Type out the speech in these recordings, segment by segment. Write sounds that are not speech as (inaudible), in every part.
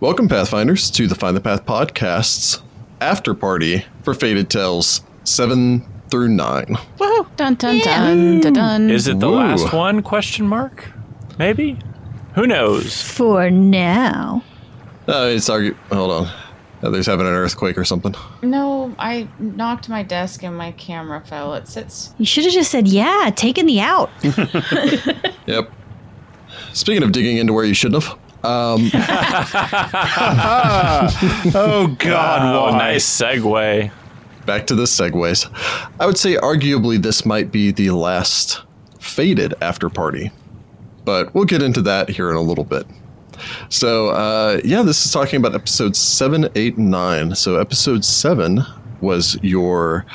Welcome, Pathfinders, to the Find the Path podcast's after party for Faded Tales 7 through 9. Whoa! Dun dun dun dun dun. Is it the Ooh. last one? Question mark? Maybe. Who knows? For now. Uh, it's argu- Hold on. Uh, there's having an earthquake or something. no, I knocked my desk and my camera fell. It sits. You should have just said, yeah, taking the out. Yep. Speaking of digging into where you shouldn't have, Oh God! Oh, why? nice segue. back to the segues. I would say arguably this might be the last faded after party, but we'll get into that here in a little bit. So, uh, yeah, this is talking about episodes seven, eight, and nine. So, episode seven was your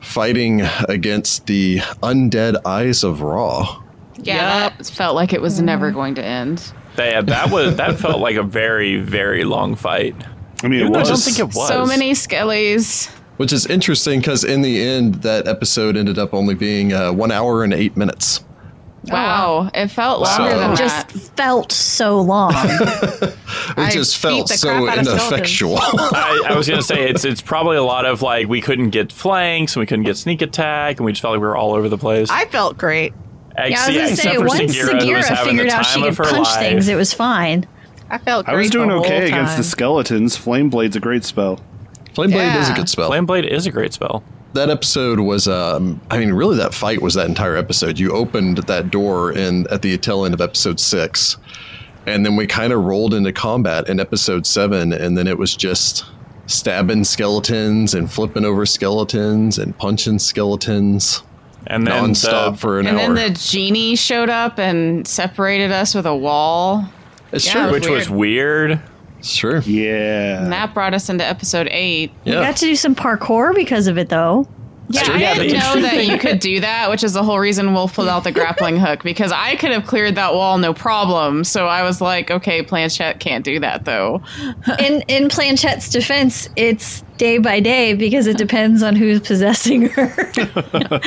fighting against the undead eyes of Ra. Yeah, that felt like it was never going to end. That, that was that felt like a very very long fight. I mean, it Even though I was. don't think it was. So many skellies. Which is interesting because in the end, that episode ended up only being uh, one hour and eight minutes. Wow, it felt longer So- than Just just. felt so long. It I just beat felt the crap so out of skeletons. ineffectual. (laughs) I, I was gonna say it's it's probably a lot of like we couldn't get flanks and we couldn't get sneak attack and we just felt like we were all over the place. I felt great. yeah, I was going to say, once Sagira figured out she could punch things, it was fine. I felt I great. was doing the whole okay against the time. skeletons. Flame blade's a great spell. Flame Blade is a Yeah. good spell. Flameblade is a great spell. that episode was um i mean really that fight was that entire episode you opened that door in at the tail end of episode six and then we kind of rolled into combat in episode seven and then it was just stabbing skeletons and flipping over skeletons and punching skeletons And then nonstop the- for an And hour then the genie showed up and separated us with a wall. it's yeah, true it which was weird. it's true And Yeah. that brought us into episode eight. We yeah got to do some parkour because of it, though. Yeah, Sure, I yeah, didn't the know interesting that you could do that, which is the whole reason Wolf pulled out the grappling hook because I could have cleared that wall no problem. So I was like, okay, Planchette can't do that though. In in Planchette's defense, it's day by day because it depends on who's possessing her. (laughs)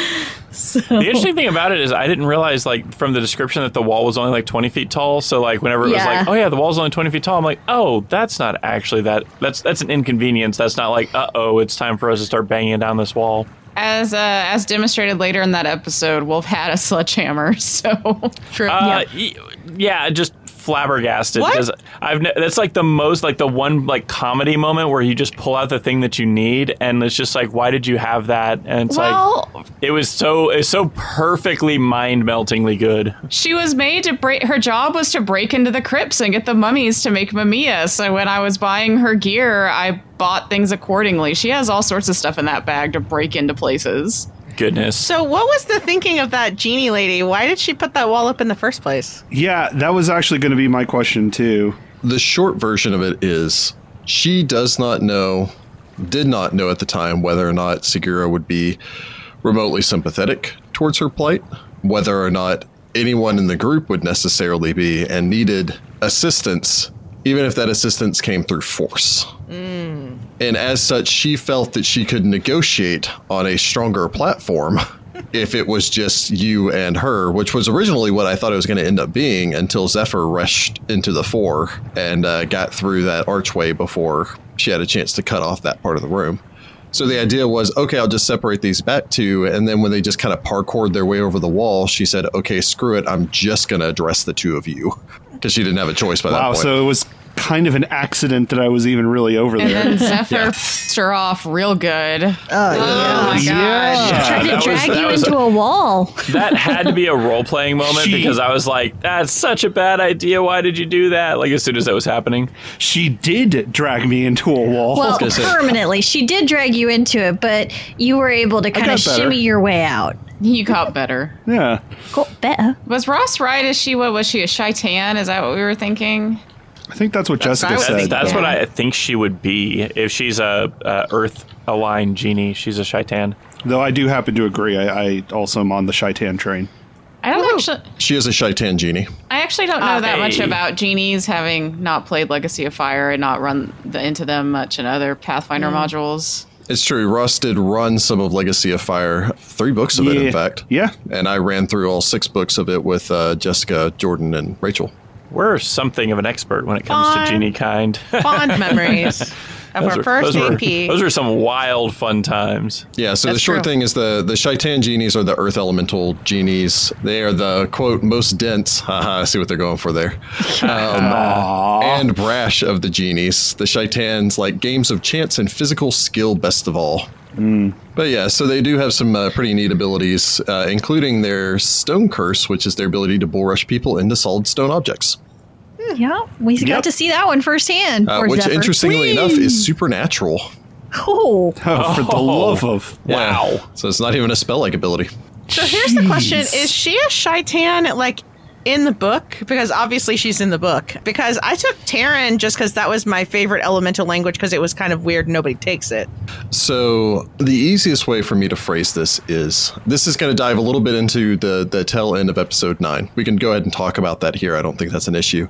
The interesting thing about it is I didn't realize like from the description that the wall was only like 20 feet tall. So like whenever it Yeah. was like, oh yeah, the wall's only 20 feet tall, I'm like, oh, that's not actually that. That's that's an inconvenience. That's not like, uh oh, it's time for us to start banging down this wall. As uh, as demonstrated later in that episode, Wolf had a sledgehammer. (laughs) So true. Uh, y- yeah, just flabbergasted What? I've ne- that's like the most like the one like comedy moment where you just pull out the thing that you need and it's just like, why did you have that? And it's well, like it was so it's so perfectly mind meltingly good. she was made to break. Her job was to break into the crypts and get the mummies to make Mamiya. So when I was buying her gear, I bought things accordingly. She has all sorts of stuff in that bag to break into places. Goodness. So, what was the thinking of that genie lady? Why did she put that wall up in the first place? Yeah, that was actually going to be my question too. the short version of it is she does not know, did not know at the time whether or not Segura would be remotely sympathetic towards her plight, whether or not anyone in the group would necessarily be, and needed assistance, even if that assistance came through force. And as such, she felt that she could negotiate on a stronger (laughs) platform if it was just you and her, which was originally what I thought it was going to end up being until Zephyr rushed into the fore and uh, got through that archway before she had a chance to cut off that part of the room. So the idea was okay, I'll just separate these back two. And then when they just kind of parkoured their way over the wall, she said, okay, screw it. I'm just going to address the two of you because she didn't have a choice by that Wow, point. so it was kind of an accident that I was even really over And (laughs) there. then Zephyr pissed her off real good. Oh, my god. Trying Yeah. uh, to that was- drag that you was- into a wall. that had to be a role playing moment She- because I was like, that's such a bad idea. Why did you do that? Like, as soon as that was happening, She did drag me into a wall. Well, gonna say- permanently. She did drag you into it, but you were able to kind of got better. shimmy your way out. You got better. yeah. Got better. Was Ross right? Is she what was she a shaitan? Is that what we were thinking? I think that's what Jessica what I I think said. that's Yeah. what I think she would be if she's a, a Earth aligned genie. She's a shaitan. Though I do happen to agree. I, I also am on the Shaitan train. I don't actually. she is a Shaitan genie. I actually don't know that much Hey. about genies, having not played Legacy of Fire and not run the, into them much in other Pathfinder Mm. modules. It's true. Ross did run some of Legacy of Fire, three books of it, Yeah. in fact. Yeah. And I ran through all six books of it with uh, Jessica, Jordan, and Rachel. We're something of an expert when it comes Fine. to genie kind. (laughs) Fond memories of our were- first E those were- AP. those were some wild fun times. Yeah, so the That's short true. thing is the the Shaitan genies are the earth elemental genies. They are the quote most dense. (laughs) Haha, I see what they're going for (laughs) there. Um, and brash of the genies. The Shaitan's like games of chance and physical skill best of all. But yeah, so they do have some uh, pretty neat abilities, uh, including their stone curse, which is their ability to bull rush people into solid stone objects. Yeah, we got to see that one firsthand. Uh, poor which, Zephyr. interestingly enough, is supernatural. cool. Oh, (laughs) for the love of Wow. So it's not even a spell like ability. so here's the question Is she a Shaitan, like, in the book? Because obviously she's in the book. Because I took Terran just because that was my favorite elemental language because it was kind of weird. Nobody takes it. So the easiest way for me to phrase this is this is going to dive a little bit into the the tail end of episode 9. We can go ahead and talk about that here. I don't think that's an issue.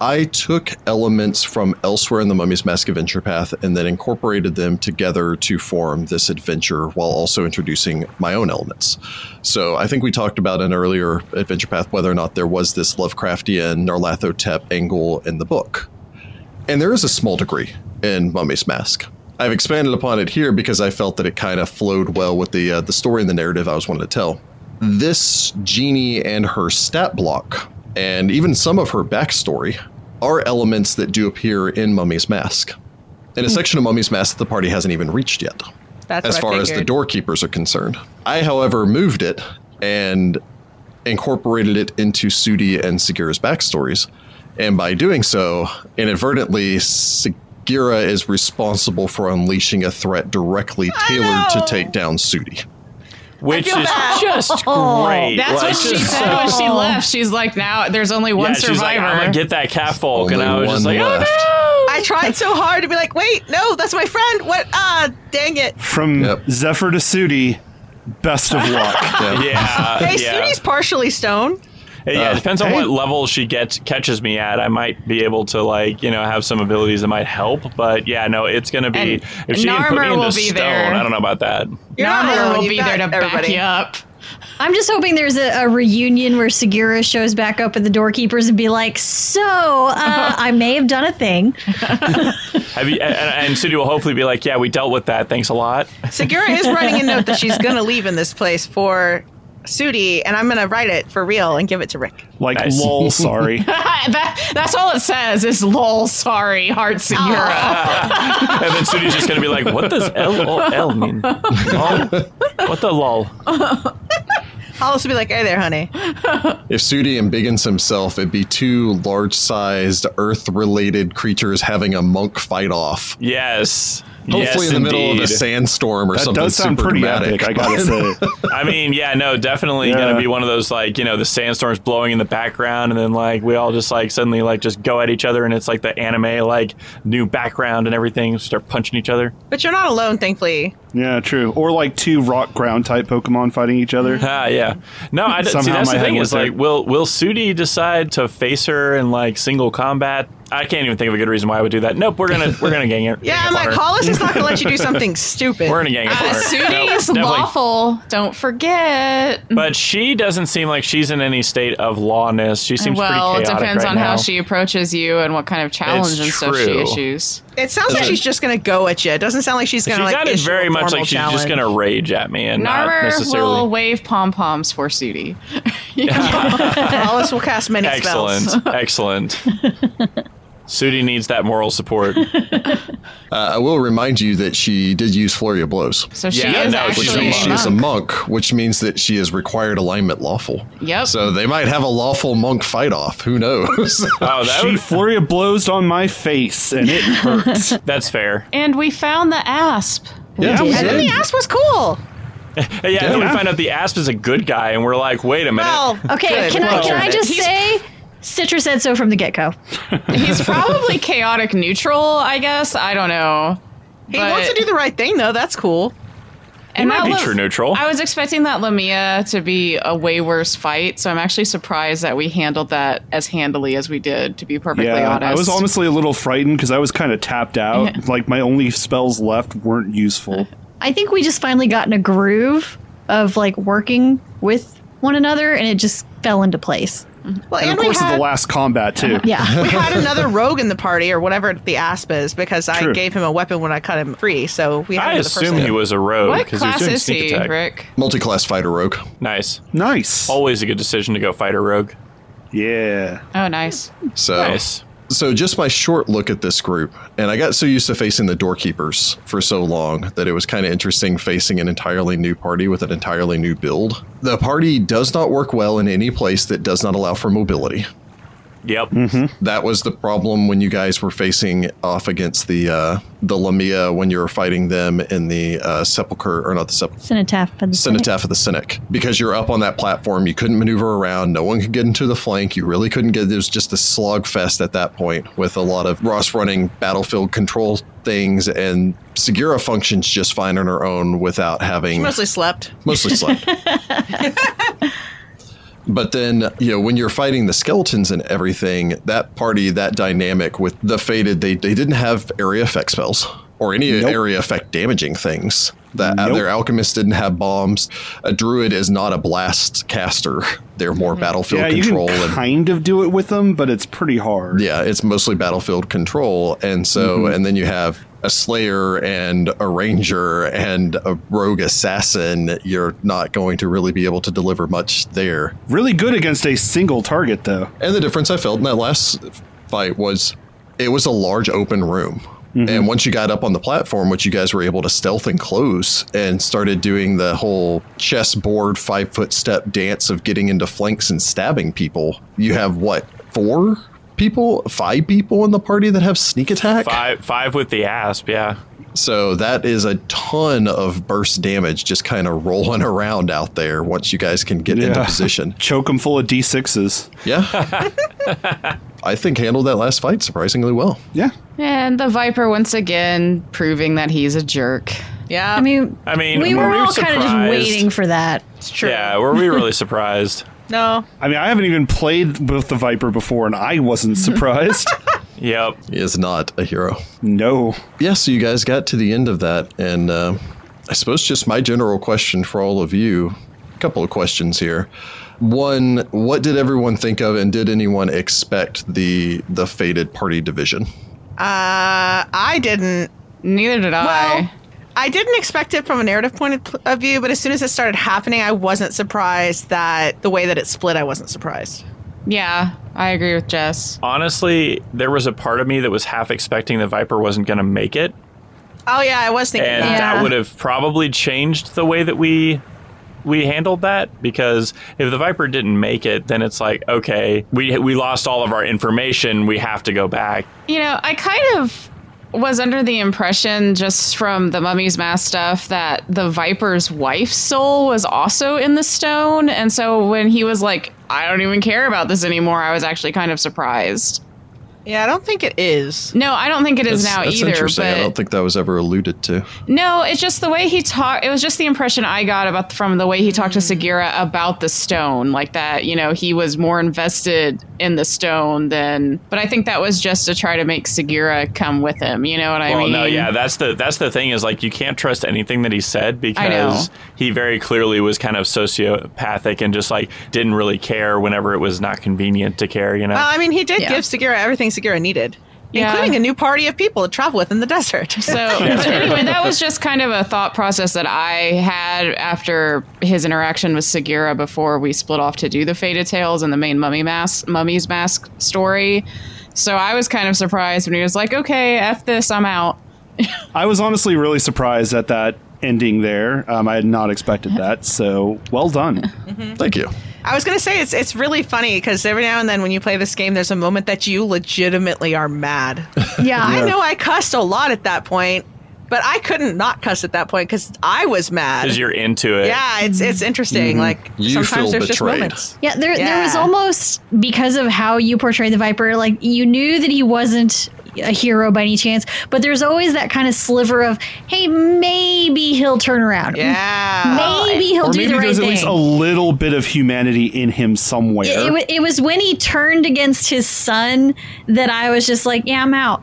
I took elements from elsewhere in the Mummy's Mask adventure path and then incorporated them together to form this adventure while also introducing my own elements. So I think we talked about an earlier adventure path whether or not there was this Lovecraftian Narlathotep angle in the book. And there is a small degree in Mummy's Mask. I've expanded upon it here because I felt that it kind of flowed well with the uh, the story and the narrative I was wanting to tell. This genie and her stat block, and even some of her backstory, are elements that do appear in Mummy's Mask, in a section of Mummy's Mask that the party hasn't even reached yet That's as what far I as the figured. doorkeepers are concerned. I, however, moved it and incorporated it into Sudi and Segura's backstories. And by doing so, inadvertently, Segura is responsible for unleashing a threat directly tailored to know. take down Sudi. Which is feel (laughs) bad. just great. Oh, That's Like, what she just said when she left. She's like, now there's only one yeah, survivor. she's like, I'm gonna get that catfolk, and Only I was just one like, oh, left. I tried so hard to be like, wait, no, that's my friend. What? Ah, (laughs) dang it. from Yep. Zephyr to Sudi. Best of (laughs) luck. Yeah. (laughs) no. yeah, Hey, yeah. Sudi's partially stoned. Uh, Yeah, it depends on hey. what level she gets catches me at. I might be able to like you know have some abilities that might help, but yeah, no, it's gonna be And if she can put Narmer me into will be stone. there. I don't know about that. You're not Narmer alone. will You've be got there to back everybody. you up. (laughs) I'm just hoping there's a, a reunion where Segura shows back up at the doorkeepers and be like, "So, uh, I may have done a (laughs) thing." Have you? And, and Sudi will hopefully be like, yeah, we dealt with that. Thanks a lot. Segura is writing a note that she's going to leave in this place for Sudi, and I'm going to write it for real and give it to Rick. Like Nice. lol, sorry. that, that's all it says is lol, sorry, heart Oh, (laughs) Segura. And then Sudi's just gonna be like, what does LOL mean? Lol? What the lol? I'll also be like, hey there, honey. If Sudi embiggens himself, it'd be two large sized earth related creatures having a monk fight off. Yes. Hopefully, yes, in the middle of a indeed. sandstorm or That something does sound super pretty dramatic. epic, I (laughs) gotta say. I mean, yeah, no, definitely Yeah. gonna be one of those like you know the sandstorms blowing in the background, and then like we all just like suddenly like just go at each other, and it's like the anime like new background and everything, start punching each other. (laughs) But you're not alone, thankfully. Yeah, true. Or like two rock ground type Pokemon fighting each other. Ah, yeah. No, I don't- see. Somehow That's my the head thing went is like, there. will will Sudi decide to face her in like single combat? I can't even think of a good reason why I would do that. Nope, we're gonna we're gonna (laughs) gang it. Yeah, I'm like, Hollis is not going to let (laughs) you do something stupid. We're gonna gang it. Uh, Sudi is lawful. Don't forget. But she doesn't seem like she's in any state of lawness. She seems well, pretty it chaotic depends right on now. how she approaches you and what kind of challenge It's and stuff she true. issues. it sounds like she's just going to go at you. It doesn't sound like she's She going to like sounded issue a very much formal like she's challenge. just going to rage at me and not Narmer necessarily. will wave pom poms for Sudi. (laughs) Hollis will cast many spells. (laughs) Excellent. Excellent. Sudi needs that moral support. Uh, I will remind you that she did use flurry of blows. So she Yeah, is no, she's Which actually means a she is a monk. monk, which means that she is required alignment lawful. Yep. So they might have a lawful monk fight off. Who knows? (laughs) Oh, that She would, flurry of blows on my face and it hurts. that's fair. and we found the asp. yeah, we And then the did. ass was cool. Hey, yeah, and then we find out the asp is a good guy, and we're like, wait a minute. Well, Okay, Oh, good can I lord. can I just He's- say, Citrus said so from the get go. (laughs) He's probably chaotic neutral, I guess. I don't know. He wants to do the right thing, though. That's cool. and might that be was- true neutral. I was expecting that Lamia to be a way worse fight, so I'm actually surprised that we handled that as handily as we did. To be perfectly Yeah, honest, I was honestly a little frightened because I was kind of tapped out. like my only spells left weren't useful. I think we just finally got in a groove of like working with one another, and it just fell into place. Well, And and of we course, of had, the last combat too. (laughs) Yeah. (laughs) we had another rogue in the party or whatever the asp is because I True. gave him a weapon when I cut him free. So we had I another person. assume he was a rogue What because he was class doing is sneak he, attack. Rick? Multi-class fighter rogue. Nice. Nice. Always a good decision to go fighter rogue. yeah. Oh, nice. So Nice. So just my short look at this group, and I got so used to facing the doorkeepers for so long that it was kind of interesting facing an entirely new party with an entirely new build. The party does not work well in any place that does not allow for mobility. Yep. That was the problem when you guys were facing off against the uh, the Lamia when you were fighting them in the uh, sepulcher or not the sepulcher. Cenotaph. by the Cenotaph of the Cynic. Because you're up on that platform, you couldn't maneuver around. No one could get into the flank. You really couldn't get. It was just a slugfest at that point with a lot of Ross running battlefield control things, and Segura functions just fine on her own without having mostly slept. (laughs) mostly slept. but then, you know, when you're fighting the skeletons and everything, that party, that dynamic with the faded, they, they didn't have area effect spells or any Nope. area effect damaging things. That uh, Nope. their alchemists didn't have bombs. A druid is not a blast caster. They're more Mm-hmm. battlefield Yeah, you control can and kind of do it with them, but it's pretty hard. yeah, it's mostly battlefield control. And so, and then you have a slayer and a ranger and a rogue assassin. You're not going to really be able to deliver much there. Really good against a single target, though. And the difference I felt in that last fight was it was a large open room. And once you got up on the platform, which you guys were able to stealth and close and started doing the whole chessboard five foot step dance of getting into flanks and stabbing people, you have what, four people, five people in the party that have sneak attack? Five five with the asp. Yeah. So that is a ton of burst damage just kind of rolling around out there once you guys can get into Yeah. position. Choke them full of d6s. Yeah. I think handled that last fight surprisingly well. Yeah. And the Viper once again proving that he's a jerk. Yeah, I mean, I mean, we were were, we all kind of just surprised? waiting (laughs) for that. it's true. Yeah. Were (laughs) we really surprised? No, I mean, I haven't even played with the Viper before, and I (laughs) wasn't surprised. Yep. He is not a hero. no. Yeah, so you guys got to the end of that. And uh, I suppose just my general question for all of you a couple of questions here. One, what did everyone think of, and did anyone expect the the fated party division? uh, I didn't. Neither did Well, I. I didn't expect it from a narrative point of, of view, but as soon as it started happening, I wasn't surprised that the way that it split, I wasn't surprised. yeah, I agree with Jess. Honestly, there was a part of me that was half expecting the Viper wasn't going to make it, Oh yeah, I was thinking and that. that Yeah. would have probably changed the way that we we handled that because if the Viper didn't make it, then it's like okay, we we lost all of our information. We have to go back. You know, I kind of was under the impression just from the mummy's mask stuff that the viper's wife's soul was also in the stone and so when he was like i don't even care about this anymore i was actually kind of surprised Yeah, I don't think it is. no i don't think it is now either interesting. but Mm-hmm. I don't think that was ever alluded to. No, it's just the way he talked. It was just the impression I got about from the way he talked to Segura about the stone, like that. You know, he was more invested in the stone than. But I think that was just to try to make Segura come with him. You know what I well, mean? no, yeah, that's the that's the thing is like you can't trust anything that he said because he very clearly was kind of sociopathic and just like didn't really care whenever it was not convenient to care. You know, Well, I mean, he did Yeah. give Segura everything Segura needed, Yeah. including a new party of people to travel with in the desert. (laughs) So (laughs) but anyway, that was just kind of a thought process that I had after his interaction with Segura before we split off to do the Faded Tales and the main mummy mask, mummy's mask story. So I was kind of surprised when he was like, "Okay, f this, I'm out." I was honestly really surprised at that ending there. Um, I had not expected that, so well done. Thank you. I was gonna say it's it's really funny because every now and then when you play this game, there's a moment that you legitimately (laughs) are mad. Yeah. I know I cussed a lot at that point, but I couldn't not cuss at that point because I was mad. because you're into it. Yeah, it's it's interesting. Like Mm-hmm. You feel sometimes there's just betrayed. moments. (laughs) Yeah, there, there was Yeah. almost because of how you portray the Viper, like you knew that he wasn't a hero by any chance, but there's always that kind of sliver of, hey, maybe he'll turn around. Yeah. Maybe he'll or do maybe the right there's at thing. least a little bit of humanity in him somewhere. it, it, wa- it was when he turned against his son that I was just like, yeah, I'm out.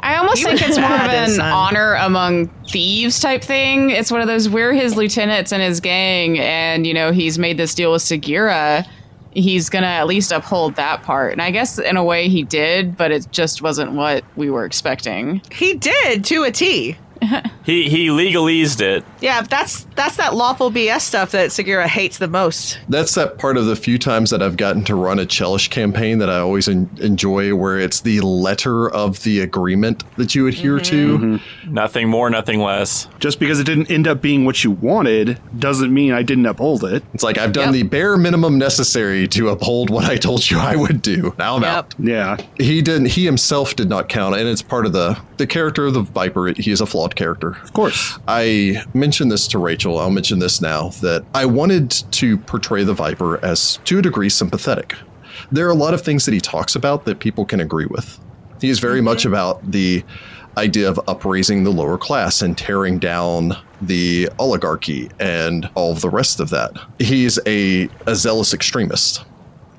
I almost He think was it's more of bad as an um, son. honor among thieves type thing. It's one of those we're his lieutenants and his gang, and you know he's made this deal with Segura. He's gonna at least uphold that part, and I guess in a way he did, but it just wasn't what we were expecting. He did to a T. He he legalized it. Yeah, that's that's that lawful BS stuff that Segura hates the most. That's that part of the few times that I've gotten to run a Chelish campaign that I always en- enjoy, where it's the letter of the agreement that you adhere to. Mm-hmm. Nothing more, nothing less. Just because it didn't end up being what you wanted doesn't mean I didn't uphold it. It's like I've done Yep. the bare minimum necessary to uphold what I told you I would do. Now I'm out. Yeah. He didn't. He himself did not count, and it's part of the the character of the Viper. He is a flawed character. Of course. I mentioned this to Rachel. I'll mention this now that I wanted to portray the Viper as, to a degree, sympathetic. There are a lot of things that he talks about that people can agree with. He is very much about the idea of upraising the lower class and tearing down the oligarchy and all of the rest of that. He's a, a zealous extremist.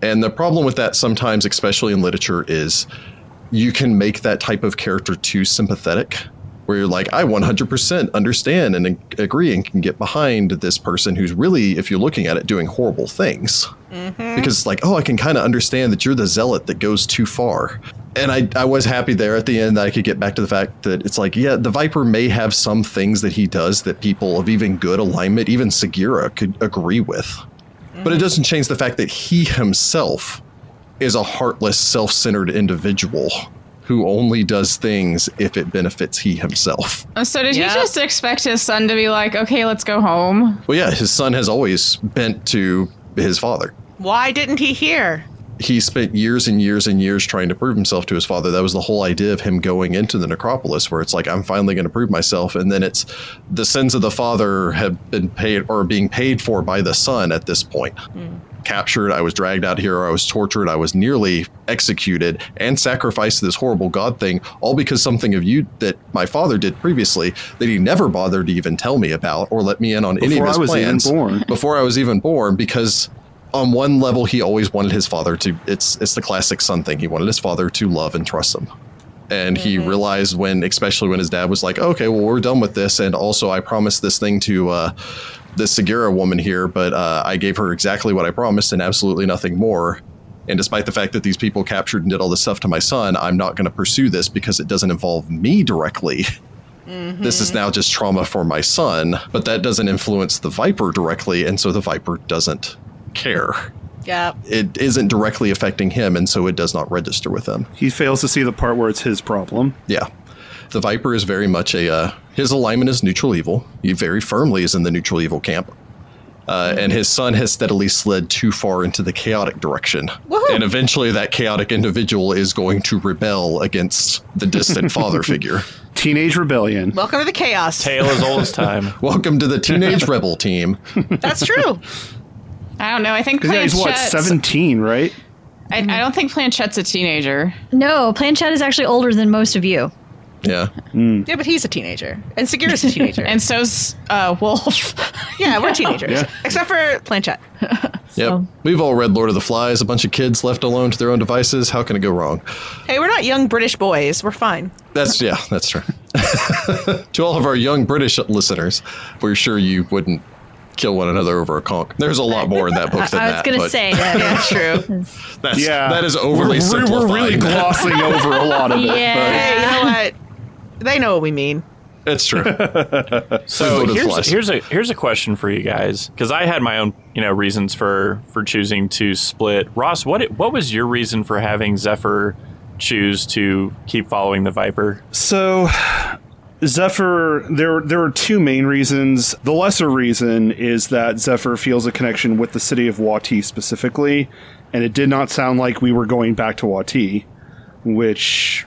And the problem with that sometimes, especially in literature, is you can make that type of character too sympathetic, where you're like, I 100% understand and ag- agree and can get behind this person who's really, if you're looking at it, doing horrible things. Because it's like, oh, I can kind of understand that you're the zealot that goes too far. And I, I was happy there at the end that I could get back to the fact that it's like, yeah, the Viper may have some things that he does that people of even good alignment, even Segura, could agree with. But it doesn't change the fact that he himself is a heartless, self centered individual who only does things if it benefits he himself. Uh, So did Yep. he just expect his son to be like, okay, let's go home? Well, yeah, his son has always bent to his father. Why didn't he hear? He spent years and years and years trying to prove himself to his father. That was the whole idea of him going into the necropolis, where it's like, I'm finally going to prove myself. And then it's the sins of the father have been paid or being paid for by the son at this point. Captured, I was dragged out here, I was tortured, I was nearly executed and sacrificed to this horrible god thing, all because something of you that my father did previously that he never bothered to even tell me about or let me in on any of Before his I was even plans born. (laughs) before I was even born because on one level he always wanted his father to it's it's the classic son thing. He wanted his father to love and trust him. And he realized when especially when his dad was like, "Okay, well we're done with this and also I promised this thing to uh this Segura woman here, but uh, I gave her exactly what I promised and absolutely nothing more." And despite the fact that these people captured and did all this stuff to my son, I'm not going to pursue this because it doesn't involve me directly. this is now just trauma for my son, but that doesn't influence the Viper directly, and so the Viper doesn't care. Yeah. It isn't directly affecting him, and so it does not register with him. He fails to see the part where it's his problem. Yeah. The Viper is very much a, uh, his alignment is neutral evil. He very firmly is in the neutral evil camp. Uh, and his son has steadily slid too far into the chaotic direction. Woohoo. And eventually, that chaotic individual is going to rebel against the distant father figure. Teenage rebellion. Welcome to the chaos. Tale as old as time. Welcome to the Teenage Rebel team. (laughs) That's (laughs) true. I don't know. I think 'Cause, yeah, he's what, Planchette's- 17, right? I, I don't think Planchette's a teenager. No, Planchette is actually older than most of you. Yeah. yeah, but he's a teenager, and Segura's a teenager, and And so's uh, Wolf. (laughs) yeah, we're teenagers, Yeah. except for Planchette. Yep. We've all read Lord of the Flies, a bunch of kids left alone to their own devices. How can it go wrong? Hey, we're not young British boys. We're fine. That's, yeah, that's true. (laughs) to all of our young British listeners, we're sure you wouldn't kill one another over a conch. There's a lot more in that (laughs) book than I that. was going to but (laughs) say that. That's true. That's, Yeah. That is overly We're, simplifying. we're really that. glossing over a (laughs) lot of it. Yeah. Hey, you know what? They know what we mean. That's (laughs) true. So Voted here's, flies. here's a here's a question for you guys because I had my own you know reasons for for choosing to split. Ross, what it, what was your reason for having Zephyr choose to keep following the Viper? So, Zephyr, there there are two main reasons. The lesser reason is that Zephyr feels a connection with the city of Wati specifically, and it did not sound like we were going back to Wati, which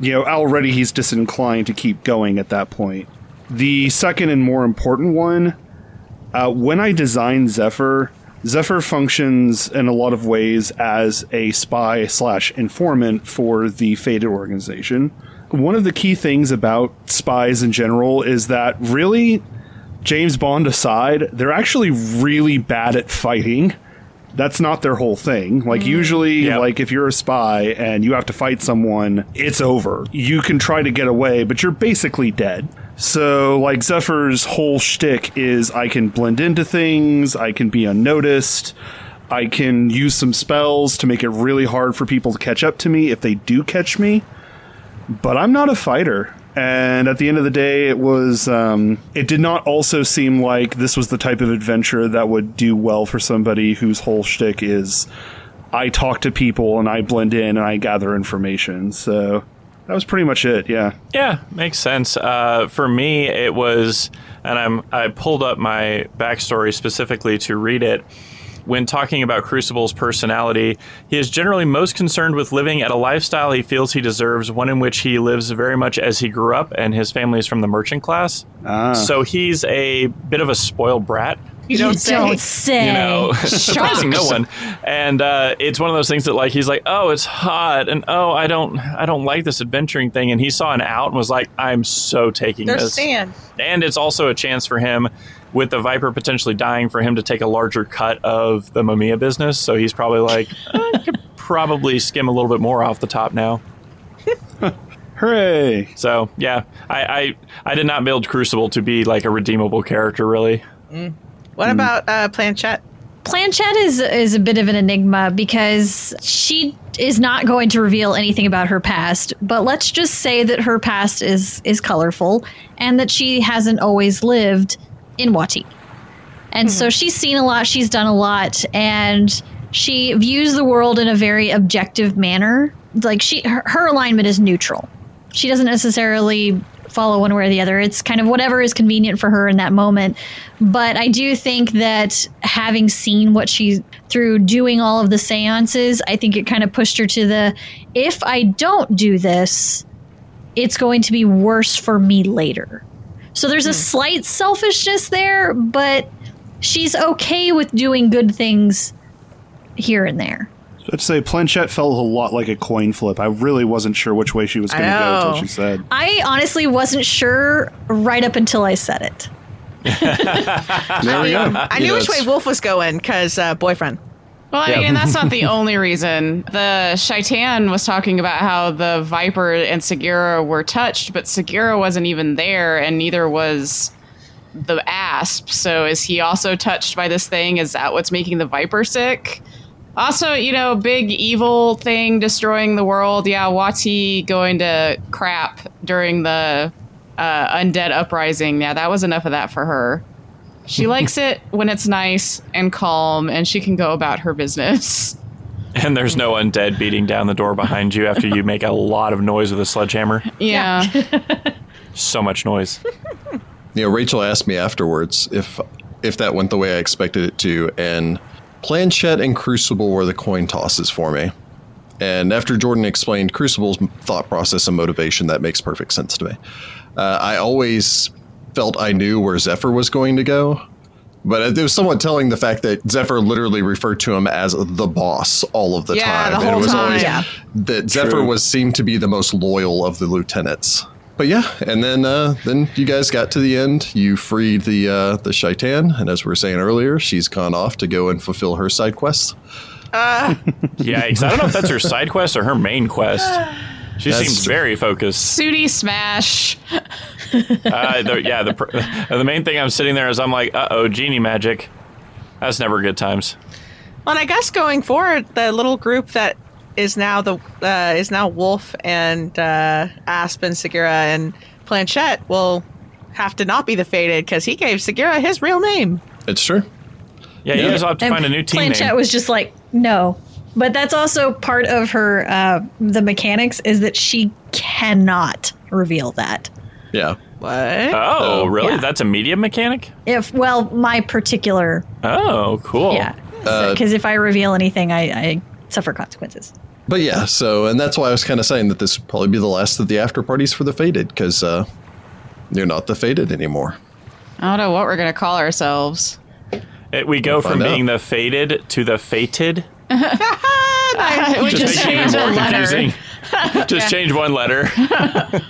you know already he's disinclined to keep going at that point. The second and more important one uh, when I designed Zephyr, Zephyr functions in a lot of ways as a spy slash informant for the Faded organization. One of the key things about spies in general is that really, James Bond aside, they're actually really bad at fighting that's not their whole thing. Like usually, Yep. like if you're a spy and you have to fight someone, it's over. You can try to get away, but you're basically dead. So like Zephyr's whole shtick is I can blend into things, I can be unnoticed, I can use some spells to make it really hard for people to catch up to me if they do catch me but I'm not a fighter. And at the end of the day, it was. Um, it did not also seem like this was the type of adventure that would do well for somebody whose whole shtick is, I talk to people and I blend in and I gather information. So that was pretty much it. Yeah. Yeah, makes sense. Uh, for me, it was, and I'm I pulled up my backstory specifically to read it. When talking about Crucible's personality, he is generally most concerned with living at a lifestyle he feels he deserves, one in which he lives very much as he grew up, and his family is from the merchant class. So he's a bit of a spoiled brat. You don't say. say. You know, (laughs) surprising no one. And uh, it's one of those things that like he's like, oh, it's hot, and oh, I don't, I don't like this adventuring thing. And he saw an out and was like, I'm so taking There's this. Stan. And it's also a chance for him, with the Viper potentially dying, for him to take a larger cut of the Mamiya business. So he's probably like, I could probably skim a little bit more off the top now. Hooray! So yeah, I, I, I did not build Crucible to be like a redeemable character really. What Mm. about uh, Planchette? Planchette is is a bit of an enigma because she is not going to reveal anything about her past, but let's just say that her past is is colorful and that she hasn't always lived in Wati. And so she's seen a lot, she's done a lot, and she views the world in a very objective manner. Like she her, her alignment is neutral. She doesn't necessarily follow one way or the other. It's kind of whatever is convenient for her in that moment. But I do think that having seen what she through doing all of the seances, I think it kind of pushed her to the if I don't do this, it's going to be worse for me later. So there's a slight selfishness there, but she's okay with doing good things here and there. So I'd say Planchette felt a lot like a coin flip. I really wasn't sure which way she was going to go know. until she said. I honestly wasn't sure right up until I said it. There we go. Oh, I You knew know, which it's- way Wolf was going because uh, boyfriend. Well, I Yeah. mean, and that's not the only reason. The Shaitan was talking about how the Viper and Segura were touched, but Segura wasn't even there, and neither was the Asp. So is he also touched by this thing? Is that what's making the Viper sick? Also, you know, big evil thing destroying the world. Yeah, Wati going to crap during the uh, undead uprising. Yeah, that was enough of that for her. She likes it when it's nice and calm and she can go about her business. (laughs) And there's no undead beating down the door behind you after you make a lot of noise with a sledgehammer. Yeah. (laughs) So much noise. you know, Rachel asked me afterwards if if that went the way I expected it to, and Planchette and Crucible were the coin tosses for me. And after Jordan explained Crucible's thought process and motivation, that makes perfect sense to me. Uh, I always felt I knew where Zephyr was going to go, but it was somewhat telling the fact that Zephyr literally referred to him as the boss all of the Yeah, time. the And whole it was time. always Yeah. that Zephyr True. was seemed to be the most loyal of the lieutenants. But yeah, and then uh, then you guys got to the end. You freed the uh, the Shaitan, and as we were saying earlier, she's gone off to go and fulfill her side quest. Yikes. I don't know if that's her side quest or her main quest. She That's seems true. very focused. Sooty smash. Uh, the, yeah, the, pr- uh, the main thing I'm sitting there is I'm like, uh oh, genie magic. That's never good times. Well, and I guess going forward, the little group that is now the uh, is now Wolf and uh, Aspen, Segura, and Planchette will have to not be the Faded because he gave Segura his real name. It's true. Yeah, you Yeah. guys will have to And find a new team Planchette name. was just like, no. But that's also part of her uh, the mechanics is that she cannot reveal that. Yeah. What? (laughs) oh, really? Yeah. That's a medium mechanic? If well, my particular Oh, cool. yeah, Uh, because if I reveal anything, I, I suffer consequences. But yeah, so and that's why I was kind of saying that this would probably be the last of the after parties for the faded because uh, you're not the faded anymore. I don't know what we're going to call ourselves. It- we go We'll from find being out. the faded to the fated. and I. We Just, just, make it change even a more letter. confusing. Just change one letter.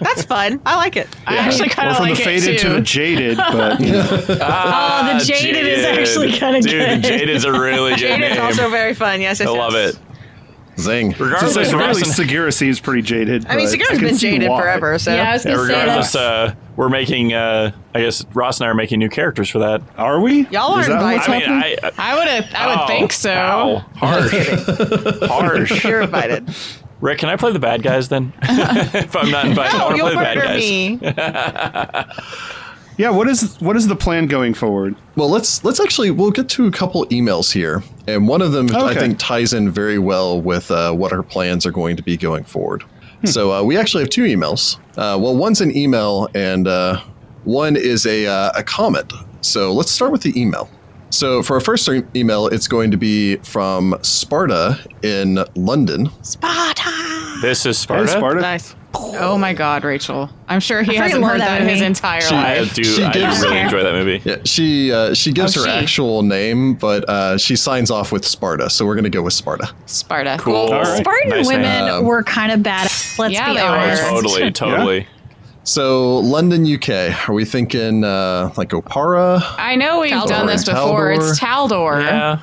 That's fun. I like it. I actually kind Or of from like the it faded too. to the (laughs) jaded, but Ah, Oh, the Jaded is actually kinda Dude, good. Jaded's a really good Jade is name. also very fun. Yes, yes I yes. love it. Zing. so Regardless, really, Ross and- Sagira seems pretty jaded. I mean, but Sagira's can been see jaded why. forever, so yeah, I was yeah, going to say regardless, that. uh, we're making. Uh, I guess Ross and I are making new characters for that. Are we? Y'all Is are that what's I mean, invited. happening? I, I I would have. I would ow, think so. Ow, harsh, harsh. You're invited. Rick, can I play the bad guys then? if I'm not invited, I No, want to play Oh, you'll the bad murder guys. me. yeah. What is what is the plan going forward? Well, let's let's actually we'll get to a couple emails here, and one of them I Okay. think ties in very well with uh, what our plans are going to be going forward. Hmm. So uh, we actually have two emails. Uh, well, one's an email, and uh, one is a uh, a comment. So let's start with the email. So for our first e- email, it's going to be from Sparta in London. Sparta. This is Hey, Sparta. Sparta. Nice. Oh my God, Rachel! I'm sure he I freaking hasn't love heard that that in his movie. entire She- I life. do. She I gives- really enjoy that movie. Yeah, she uh, she gives Oh, her she. actual name, but uh, she signs off with Sparta. So we're going to go with Sparta. Sparta. Cool. All right. Spartan Nice name. women Um, were kind of bad. Let's Yeah, be they were. honest. Sure. Oh, Totally, totally. So London, UK. Are we thinking uh, like Opara? I know we've Taldor. done this before. Taldor. It's Taldor. Yeah,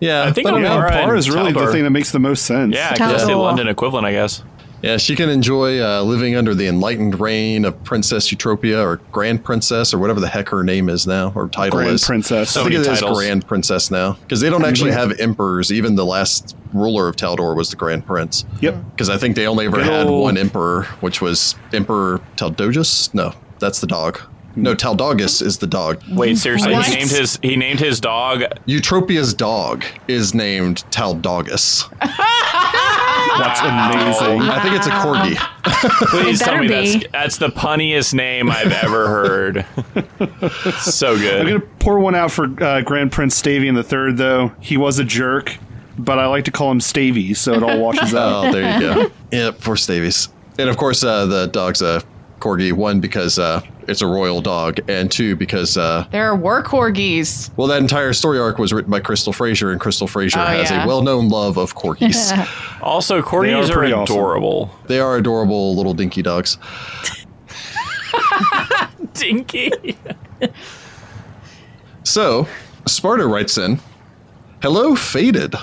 Yeah, I think but- Opara- Yeah, Alright, Par oh, is really Taldor. the thing that makes the most sense. yeah. I guess the Taldor. London equivalent, I guess. yeah, she can enjoy uh, living under the enlightened reign of Princess Eutropia or Grand Princess or whatever the heck her name is now or title Grand is. Princess. I So- think it many is titles. Grand Princess now because they don't actually have emperors. Even the last ruler of Taldor was the Grand Prince. Yep. Because I think they only ever Good had old- one emperor, which was Emperor Taldogus. No, that's the dog. No, Taldogus is the dog. Wait, seriously, What? he named his he named his dog. Eutropia's dog is named Taldogus. (laughs) That's amazing. I think it's a corgi. Ah. Please tell better me be. that's that's the punniest name I've ever (laughs) heard. so good. I'm gonna pour one out for uh, Grand Prince Stavian the Third, though he was a jerk, but I like to call him Stavy, so it (laughs) all washes out. (laughs) Oh, there you go. yep, poor Stavies. And of course, uh, the dog's a corgi. One because uh, it's a royal dog, and two because uh, There were corgis. well, that entire story arc was written by Crystal Fraser, and Crystal Fraser Oh, has yeah. a well-known love of corgis. (laughs) also, They corgis are are, pretty awesome. adorable. they are adorable little dinky dogs. Dinky. So, Sparta writes in Hello, Faded.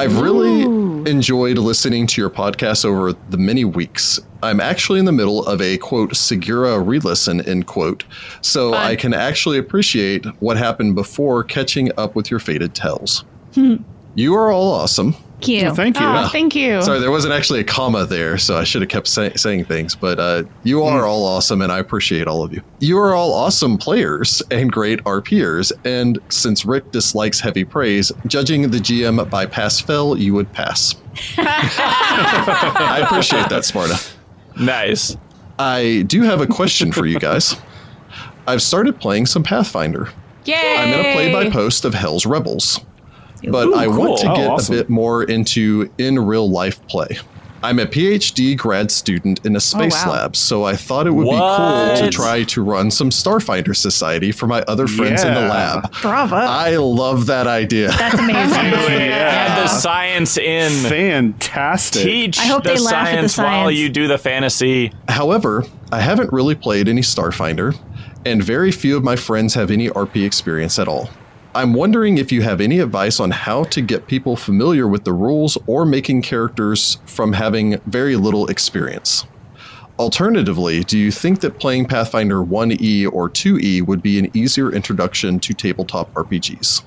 I've really enjoyed listening to your podcast over the many weeks. I'm actually in the middle of a quote Segura re listen, end quote. So I can actually appreciate what happened before catching up with your Faded tells. you are all awesome. Cute. Thank you. Oh, thank you. Sorry, there wasn't actually a comma there, so I should have kept say- saying things. But uh, you are all awesome, and I appreciate all of you. You are all awesome players and great RPers. And since Rick dislikes heavy praise, judging the GM by pass fail, you would pass. I appreciate that, Sparta. nice. I do have a question for you guys. I've started playing some Pathfinder. Yay! I'm in a play by post of Hell's Rebels. But Ooh, I cool. want to Oh, get awesome. a bit more into in real life play. I'm a PhD grad student in a space wow. lab, so I thought it would be cool to What? try to run some Starfinder Society for my other friends in the Yeah. lab. Bravo. I love that idea. That's amazing. Add the science in. Fantastic. Teach I hope the they laugh at the science while science. you do the fantasy. However, I haven't really played any Starfinder, and very few of my friends have any RP experience at all. I'm wondering if you have any advice on how to get people familiar with the rules or making characters from having very little experience. Alternatively, do you think that playing Pathfinder 1E or 2E would be an easier introduction to tabletop RPGs?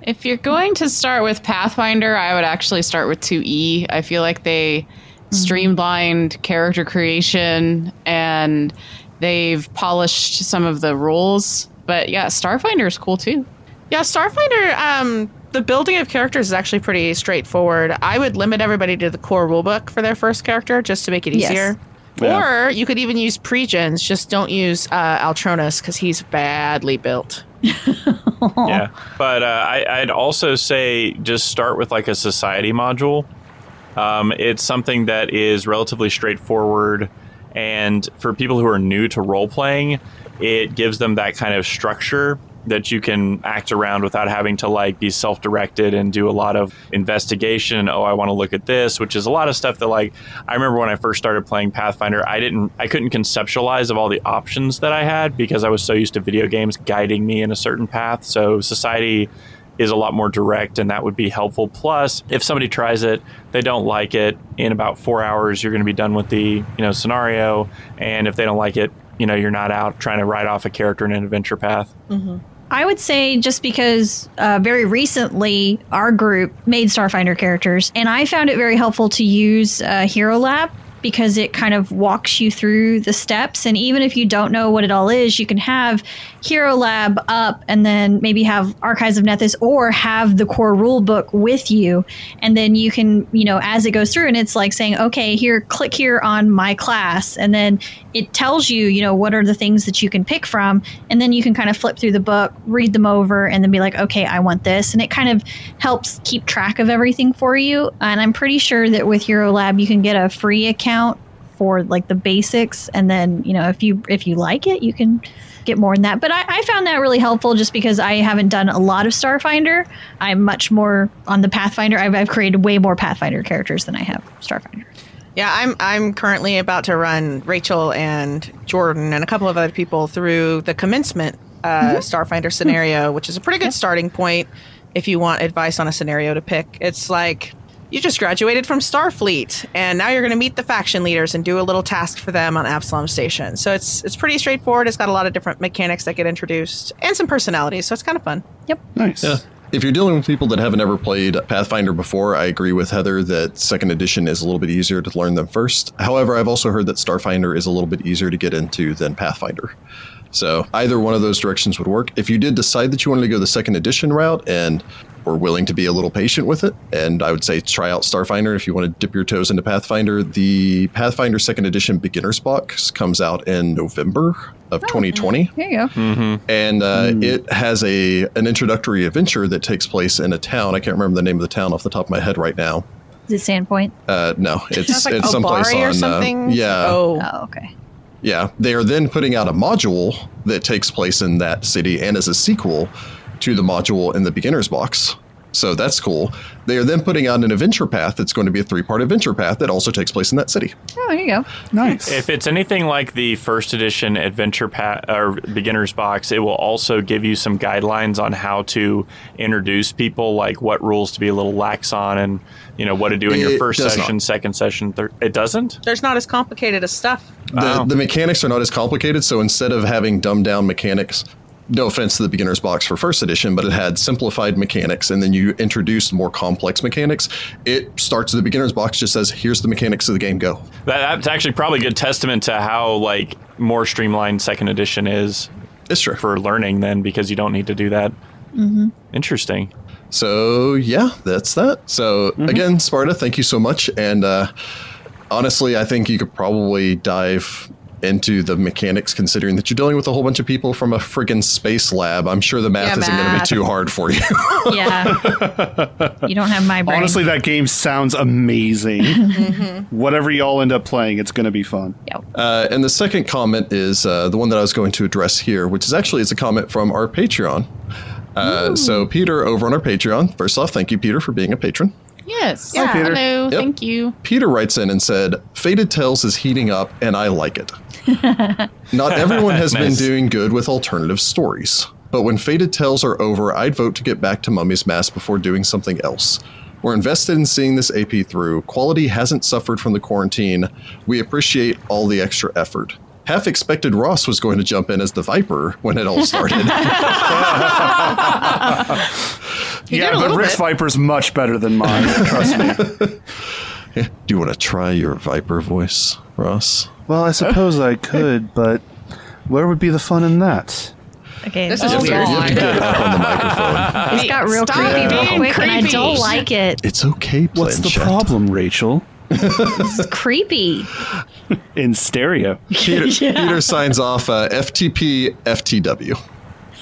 If you're going to start with Pathfinder, I would actually start with 2E. I feel like they streamlined character creation and they've polished some of the rules. But yeah, Starfinder is cool too. Yeah, Starfinder, um, the building of characters is actually pretty straightforward. I would limit everybody to the core rulebook for their first character just to make it Yes. easier. Or you could even use pregens, just don't use uh, Altronas because he's badly built. Uh-uh. Yeah, but uh, I, I'd also say just start with like a society module. Um, it's something that is relatively straightforward, and for people who are new to role playing, it gives them that kind of structure that you can act around without having to like be self-directed and do a lot of investigation oh i want to look at this which is a lot of stuff that like i remember when i first started playing pathfinder i didn't i couldn't conceptualize of all the options that i had because i was so used to video games guiding me in a certain path so society is a lot more direct and that would be helpful plus if somebody tries it they don't like it in about four hours you're going to be done with the you know scenario and if they don't like it you know you're not out trying to write off a character in an adventure path I would say just because uh, very recently our group made Starfinder characters, and I found it very helpful to use uh, Hero Lab because it kind of walks you through the steps. And even if you don't know what it all is, you can have Hero Lab up and then maybe have Archives of Nethys or have the core rule book with you. And then you can, you know, as it goes through, and it's like saying, okay, here, click here on my class. And then it tells you, you know, what are the things that you can pick from. And then you can kind of flip through the book, read them over, and then be like, okay, I want this. And it kind of helps keep track of everything for you. And I'm pretty sure that with Hero Lab, you can get a free account for like the basics. And then, you know, if you if you like it, you can get more than that. But I, I found that really helpful just because I haven't done a lot of Starfinder. I'm much more on the Pathfinder. I've, I've created way more Pathfinder characters than I have Starfinder. Yeah, I'm I'm currently about to run Rachel and Jordan and a couple of other people through the commencement uh, Starfinder scenario, which is a pretty good starting point if you want advice on a scenario to pick. It's like you just graduated from Starfleet, and now you're going to meet the faction leaders and do a little task for them on Absalom Station. So it's it's pretty straightforward. It's got a lot of different mechanics that get introduced and some personalities, so it's kind of fun. Yep. Nice. Yeah. If you're dealing with people that haven't ever played Pathfinder before, I agree with Heather that second edition is a little bit easier to learn than first. However, I've also heard that Starfinder is a little bit easier to get into than Pathfinder. So either one of those directions would work. If you did decide that you wanted to go the second edition route and were willing to be a little patient with it, and I would say try out Starfinder if you want to dip your toes into Pathfinder. The Pathfinder second edition beginner's box comes out in November of 2020 There you go. and uh, it has a an introductory adventure that takes place in a town. I can't remember the name of the town off the top of my head right now. Is it Sandpoint? Uh, no, it's Sounds like it's someplace Obari on or something. Uh, yeah, Oh. Oh, okay. yeah. They are then putting out a module that takes place in that city and is a sequel to the module in the beginner's box. So that's cool. They are then putting out an adventure path that's going to be a three part adventure path that also takes place in that city. Oh, there you go. Nice. If it's anything like the first edition adventure pack or beginner's box, it will also give you some guidelines on how to introduce people, like what rules to be a little lax on, and you know what to do in your It first does not. session, second session. Thir- it doesn't. There's not as complicated as stuff. The, the mechanics are not as complicated, so instead of having dumbed down mechanics, no offense to the beginner's box for first edition, but it had simplified mechanics and then you introduced more complex mechanics. It starts the beginner's box, just says, here's the mechanics of the game, go. That, that's actually probably a good testament to how like more streamlined second edition is It's true. for learning then because you don't need to do that. Interesting. So, yeah, that's that. So, again, Sparta, thank you so much. And uh, honestly, I think you could probably dive into the mechanics considering that you're dealing with a whole bunch of people from a friggin' space lab. I'm sure the math Yeah, isn't going to be math. too hard for you. Yeah. you don't have my brain. Honestly, that game sounds amazing. Whatever y'all end up playing, it's going to be fun. Yeah. Uh, and the second comment is uh, the one that I was going to address here, which is actually it's a comment from our Patreon. Uh, so Peter over on our Patreon. First off, thank you, Peter, for being a patron. Yes. Hi, Peter. Hello. Yep. Thank you. Peter writes in and said, "Faded Tales is heating up, and I like it. Not everyone has Nice. been doing good with alternative stories, but when Faded Tales are over, I'd vote to get back to Mummy's Mask before doing something else." We're invested in seeing this AP through. Quality hasn't suffered from the quarantine. We appreciate all the extra effort. Half expected Ross was going to jump in as the Viper when it all started. yeah, but Rick's Viper's much better than mine. Trust me. Do you want to try your Viper voice, Ross? Well, I suppose (laughs) I could, but where would be the fun in that? Okay. This that is Oh, was You have to- you long. have to get up on the microphone. It's got real Stop creepy real being quick, and I creepy. don't like it. It's okay, Planchette. What's the problem, Rachel? It's creepy. In stereo. Peter, Peter signs off uh, FTP FTW.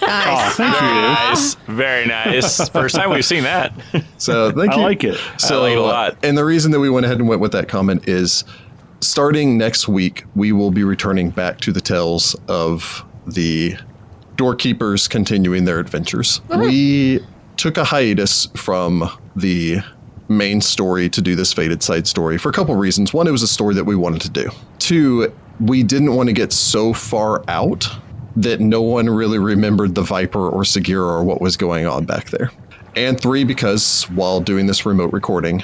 Oh, thank you. Nice. (laughs) Very nice. First time we've seen (laughs) that. (laughs) So thank I you. like it. So, uh, I like it a lot. And the reason that we went ahead and went with that comment is starting next week, we will be returning back to the tales of the doorkeepers continuing their adventures. We took a hiatus from the main story to do this faded side story for a couple reasons. One, it was a story that we wanted to do. Two, we didn't want to get so far out that no one really remembered the Viper or Segura or what was going on back there. And three, because while doing this remote recording,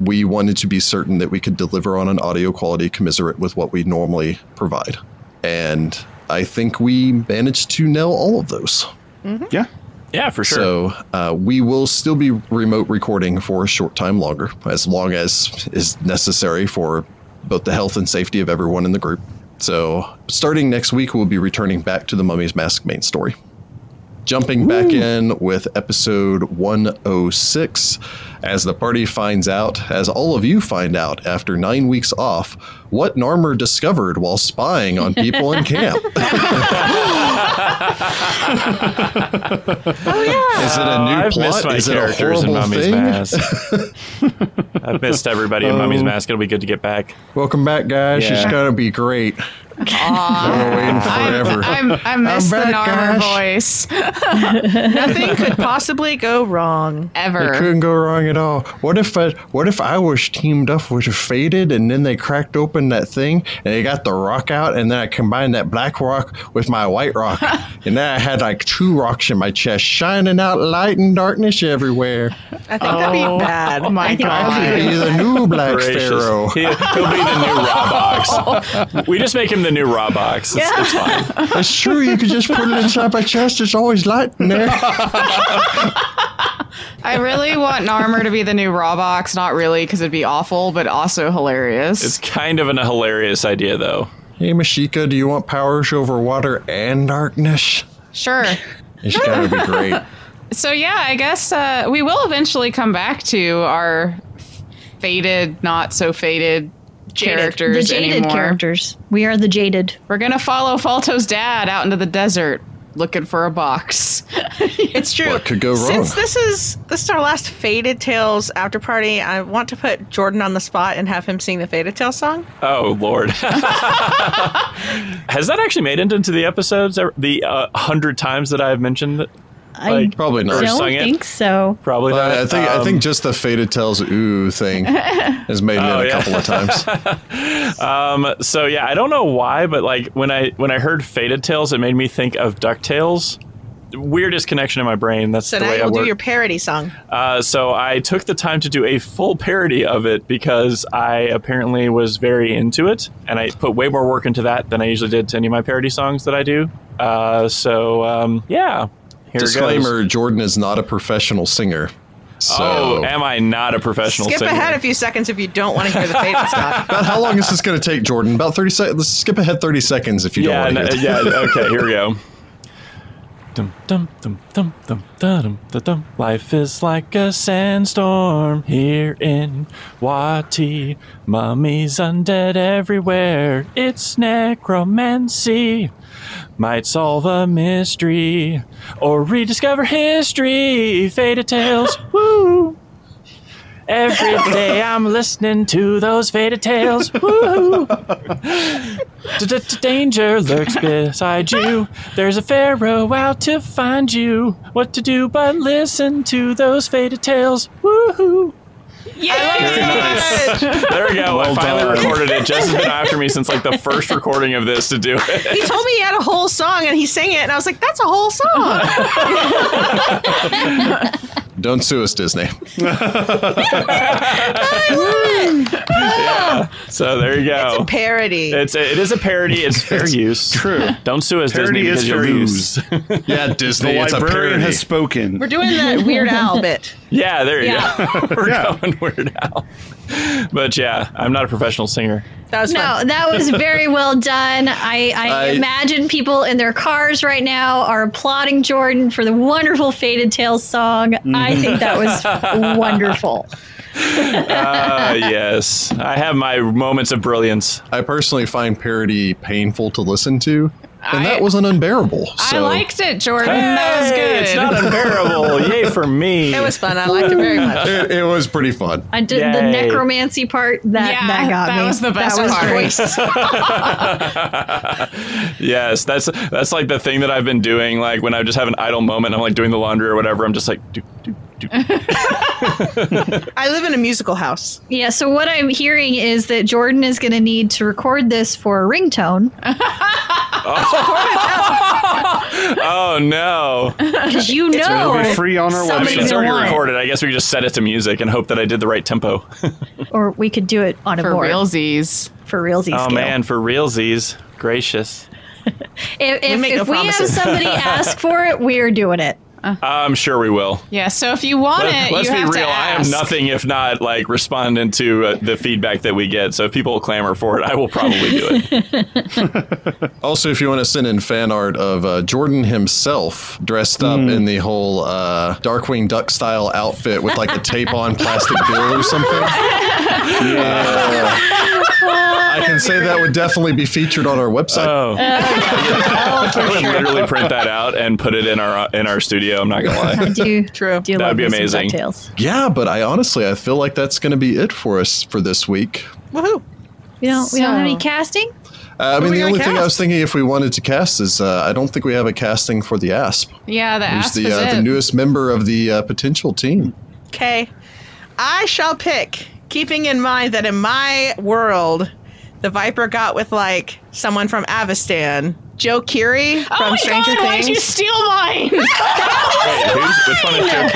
we wanted to be certain that we could deliver on an audio quality commiserate with what we normally provide. And I think we managed to nail all of those. (laughs) Yeah. Yeah, for sure. So uh, we will still be remote recording for a short time longer, as long as is necessary for both the health and safety of everyone in the group. So starting next week, we'll be returning back to the Mummy's Mask main story. Jumping back in with episode 106, as the party finds out, as all of you find out after nine weeks off, what Narmer discovered while spying on people in (laughs) camp. Oh yeah. Is it a Oh, new I've missed plot? my Is it a characters in horrible Mummy's thing? Mask. (laughs) I've missed everybody in Oh. Mummy's Mask. It'll be good to get back. Welcome back, guys. Yeah. It's gonna be great. We're waiting forever. (laughs) I'm, I miss back, the Narmer guys. (laughs) voice Nothing could possibly go wrong. ever. it couldn't go wrong at all. What if I, what if I was teamed up with a faded, and then they cracked open that thing, and they got the rock out, and then I combined that black rock with my white rock, and then I had like two rocks in my chest, shining out light and darkness everywhere. I think that'd be bad. Oh my I'd god. be the new black Gracious. (laughs) pharaoh. He, will be the new raw (laughs) box. We just make him the new raw box. It's, it's fine. It's true. You could just put it inside my chest. It's always light in there. I really want Narmer to be the new Rawbox, not really because it'd be awful, but also hilarious. It's kind of an, a hilarious idea, though. Hey, Mashika, do you want powers over water and darkness? sure. It's gotta be great. So yeah, I guess uh, we will eventually come back to our faded, not so faded characters the jaded anymore. characters. We are the jaded. We're gonna follow Falto's dad out into the desert looking for a box. It's true. What could go wrong? Since this is this is our last Faded Tales after party, I want to put Jordan on the spot and have him sing the Faded Tales song. Oh (laughs) Lord, has that actually made it into the episodes? The uh, hundred times that I've mentioned it? I Like, Probably not. or don't sung it? think so. Probably not. uh, I think I Um, think just the faded tells ooh (laughs) thing has made it Oh, in a yeah. couple of (laughs) times. Um, So yeah, I don't know why, but like when I when I heard Faded Tales, it made me think of Ducktales. Weirdest connection in my brain. That's So the now way I you'll do work. your parody song. uh, so I took the time to do a full parody of it because I apparently was very into it, and I put way more work into that than I usually did to any of my parody songs that I do. Uh, so um, yeah, here It goes. Disclaimer: Jordan is not a professional singer, so Oh, am I not a professional? Skip singer? ahead a few seconds if you don't want to hear the (laughs) Faded (laughs) stuff. about how long is this going to take, Jordan? About thirty seconds. Let's skip ahead thirty seconds if you yeah, don't want to. n- yeah. Okay, here we go. Dum, dum, dum, dum, dum, da, dum, da, dum. Life is like a sandstorm here in Wati. Mummies undead everywhere. It's necromancy. Might solve a mystery or rediscover history. Faded (laughs) tales. Woo! Every day I'm listening to those faded tales. Woo! Danger lurks beside you. There's a pharaoh out to find you. What to do but listen to those faded tales. Woohoo! Yes! There we go. I finally done. recorded it. Jess has been after me since like the first recording of this to do it. he told me he had a whole song and he sang it, and I was like, "That's a whole song." (laughs) Don't sue us, (laughs) Disney. So there you It's a go. parody. It's a, it is a parody. It's fair use. True. Don't sue us, Parody Disney, because is you fair lose. Yeah, The Disney. it's a librarian parody. has spoken. We're doing that Weird Al bit. yeah, there you Yeah. go. (laughs) We're Yeah. going weird out. But yeah, I'm not a professional singer. That was No, fun. that was very well done. I, I, I- imagine people in their cars right now are applauding Jordan for the wonderful Faded Tales song. I think that was wonderful. (laughs) Uh, yes, I have my moments of brilliance. I personally find parody painful to listen to, and that wasn't unbearable. So I liked it, Jordan. that was Hey, good. It's not unbearable. (laughs) Yay for me. It was fun. I liked it very much. it, it was pretty fun. I did the Yay. necromancy part. That Yeah, that got that me. was the best that was part. Great. Yes, that's that's like the thing that I've been doing. Like when I just have an idle moment, I'm like doing the laundry or whatever. I'm just like, do, do, (laughs) do. I live in a musical house. Yeah, so what I'm hearing is that Jordan is going to need to record this for a ringtone oh no! because you know be free on our I somebody's mean, it's gonna already want it. recorded. I guess we could just set it to music and hope that I did the right tempo. Or we could do it on a For board realsies. for realsies. oh scale. man, for realsies, gracious. If, if, make no if we have promises. somebody ask for it, we are doing it. I'm sure we will. Yeah, so if you want it, Let's you be have to real. I am ask. nothing if not like responding to uh, the feedback that we get. So if people clamor for it, I will probably do (laughs) it. Also, if you want to send in fan art of uh, Jordan himself dressed up in the whole uh, Darkwing Duck style outfit with like a tape on plastic bill or something. Yeah. I can say that would definitely be featured on our website. Oh, I would literally print that out and put it in our uh, in our studio. I'm not gonna lie. I do. True. do That'd love be me some amazing. DuckTales. yeah, but I honestly, I feel like that's going to be it for us for this week. Woohoo! We don't. We don't have any So- casting. Uh, I are mean, we the gonna only thing I cast? was thinking if we wanted to cast is uh, I don't think we have a casting for the Asp, Yeah, the who's ask the, is uh, it. the newest member of the uh, potential team. Okay. I shall pick, keeping in mind that in my world, the Viper got with like someone from Avistan, Joe Curie oh from my Stranger god, Things. why'd you steal mine? Wait, who's, which one is Joe?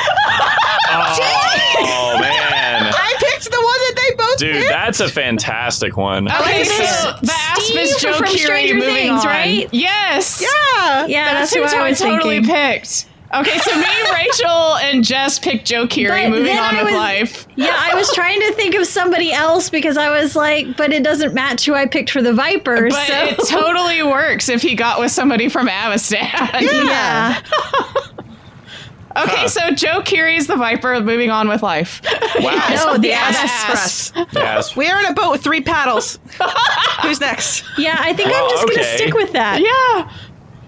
Oh, oh, man, I picked the one that they both dude, picked. that's a fantastic one. Okay, like so that. the Asp is Steve Joe from Curie Stranger moving Things, on. right? Yes. yeah. Yeah, That's, that's, who, what I, I was totally thinking. picked. Okay, so (laughs) me, Rachel, and Jess picked Joe Curie But moving then on I with was- (laughs) life. (laughs) Yeah, I was trying to think of somebody else because I was like, but it doesn't match who I picked for the Viper. But so it totally works if he got with somebody from Avastan. (laughs) yeah. (laughs) Okay, so Joe Curie is the Viper moving on with (laughs) life. Wow. No, the Yeah, ass. that's for us. Yes. We are in a boat with (laughs) three paddles. Who's next? Yeah, I think I'm Well, just gonna okay. stick with that. Yeah.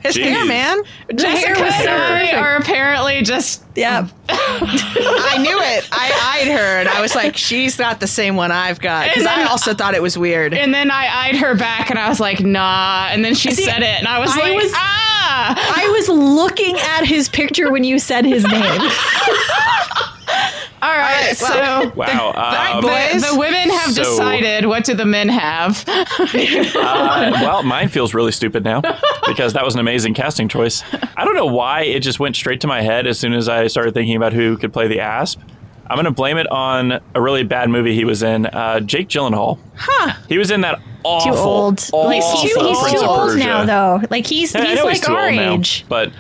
His Jeez. hair, man. Jessica was and so I perfect. are apparently just Yeah. I knew it. I eyed her and I was like, she's not the same one I've got. Because And then- I also thought it was weird. and then I eyed her back and I was like, nah. And then she said it and I was I like, was- ah. I was looking at his picture when you said his name. All right. well, so Wow. Alright, Um, boys. the women have So- decided. What do the men have? uh, well, mine feels really stupid now because that was an amazing casting choice. I don't know why it just went straight to my head as soon as I started thinking about who could play the Asp. I'm going to blame it on a really bad movie he was in, uh, Jake Gyllenhaal. Huh. He was in that awful, too old. awful Like he's too, he's Prince too of old Persia. now, though. Like he's Yeah, I he's know like too our old now, age. but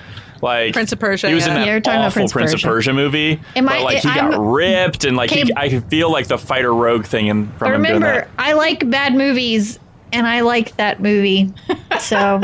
like Prince of Persia, He was yeah. in that Yeah, you're talking about awful Prince, Prince of of Persia movie. Am but I- like he I'm- got ripped and like Okay. he, I could feel like the fighter rogue thing in, from I him doing remember, that. I like bad movies, and I like that movie. (laughs) So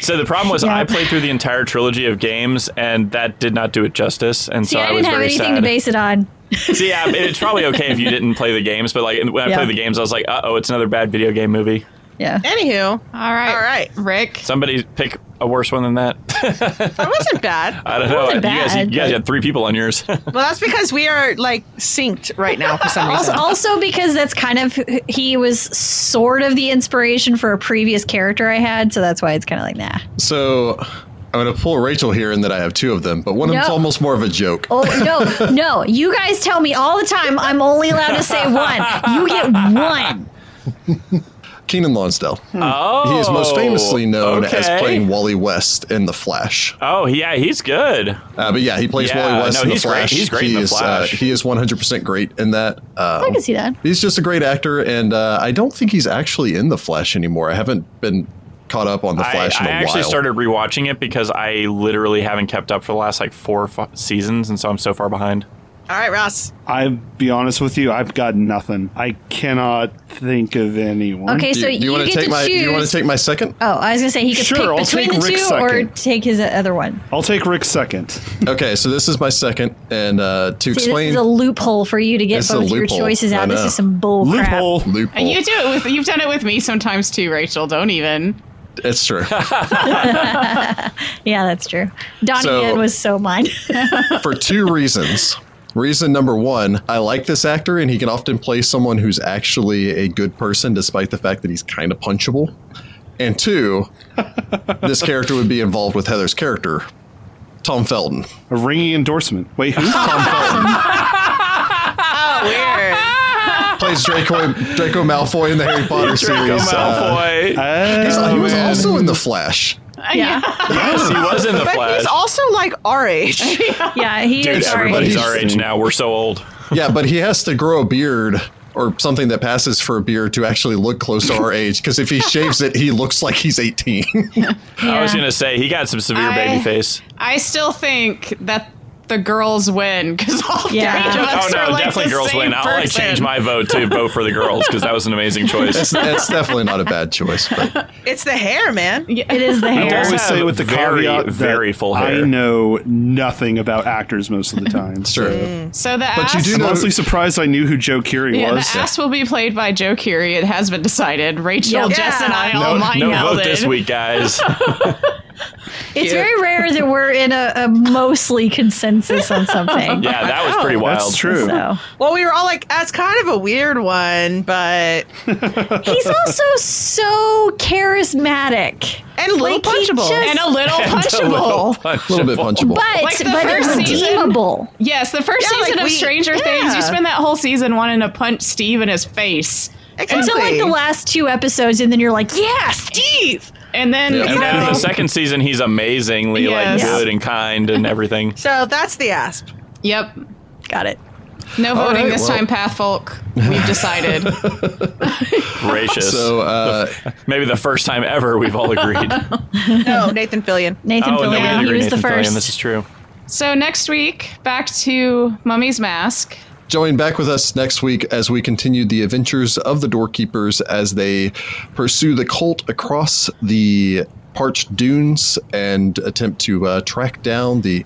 So the problem was Yeah. I played through the entire trilogy of games and that did not do it justice, and see, so I, I was didn't have very anything sad. to base it on. (laughs) See, yeah, it's probably okay if you didn't play the games, but like when I Yeah. played the games, I was like, uh oh, it's another bad video game movie. Yeah. Anywho, All right. All right. Rick. Somebody pick a worse one than that. that wasn't bad. I don't know. You (laughs) wasn't guys, bad, you guys but- had three people on yours. (laughs) Well, that's because we are like synced right now (laughs) for some Also, reason. also because that's kind of he was sort of the inspiration for a previous character I had, so that's why it's kind of like nah. So I'm going to pull Rachel here in that I have two of them, but one of them's No. almost more of a joke. Oh (laughs) no, no! You guys tell me all the time. I'm only allowed to say one. You get one. Keenan Lonsdale. oh, he is most famously known as okay. playing Wally West in The Flash. Oh yeah, he's good. Uh, but yeah, he plays Yeah, Wally West no, in The he's great. Flash. He's great in he The is, uh, Flash. he is 100% great in that. I Um, can see that. he's just a great actor, and uh, I don't think he's actually in The Flash anymore. I haven't been caught up on The I, Flash I in a actually while. started rewatching it because I literally haven't kept up for the last like four or five seasons, and so I'm so far behind. All right, Ross. I'll be honest with you. I've got nothing. I cannot think of anyone. Okay, do so you, do you, want get to take to my? Do choose. you want to take my second? Oh, I was gonna say he could Sure, pick I'll between the take two Rick's or second. take his other one. I'll take Rick's second. Okay, so this is my second, and uh, to See, this explain is a loophole for you to get This is a both your loophole. choices I out. This know. is some bull crap. Loophole. loophole. And you do it with you've done it with me sometimes too, Rachel. Don't even. It's true. Yeah, that's true. Donnie So- Yen was (laughs) so mine. for two reasons. Reason number one, I like this actor, and he can often play someone who's actually a good person, despite the fact that he's kind of punchable. And two, this character would be involved with Heather's character, Tom Felton. A ringing endorsement. Wait, who? Oh, weird. Plays Draco, Draco Malfoy in the Harry Potter Draco series. Uh, Malfoy. he's- Oh, he was man. also in The Flash. yeah. yes, he was in the But Flash. he's also like our (laughs) age. Yeah, he Dude, is sorry. everybody's Sorry. our age now. We're so old. Yeah, but he has to grow a beard or something that passes for a beard to actually look close to our age. Because if he shaves it, he looks like he's 18. I was Yeah. gonna say he got some severe I- baby face. I still think that the girls win because all Yeah. three of us Oh no, are like definitely the girls same win. I'll like person. change my vote to vote for the girls because that was an amazing choice. It's, it's definitely not a bad choice, (laughs) but It's the hair, man. It (laughs) is the I Yes. hair. always say with the Very, caveat that very full hair. I know nothing about actors most of the time. sure. So the But ass, you do I'm know- honestly surprised I knew who Joe Curie yeah, the was. ass will be played by Joe Curie. It has been decided. Rachel, Yeah. Jess, and (laughs) I No- all mind no melded. vote this week, guys. It's very rare that we're in a, a mostly consensus on something. (laughs) Yeah, that was pretty wild. (laughs) That's true. So Well, we were all like, that's kind of a weird one, but he's also so charismatic. and a little Like, he punchable. just- and a little A little punchable. a little bit punchable. But Like the but first season. redeemable. Yes, the first Yeah, like season of we- Stranger Things, yeah. you spend that whole season wanting to punch Steve in his face. exactly. Until like the last two episodes, and then you're like, yeah, Steve. And then, Yeah. you And then in know, the second season, he's amazingly like Yes. good and kind and everything. so that's the asp. yep. Got it. No voting right, this well- time, Pathfolk. We've decided. Gracious. So uh, Maybe the first time ever we've all (laughs) agreed. oh, No, Nathan Fillion. Nathan and then we did Fillion, he Oh, agree, was the Nathan Fillion. first. This is true. so next week, back to Mummy's Mask. join back with us next week as we continue the adventures of the doorkeepers as they pursue the cult across the parched dunes and attempt to uh, track down the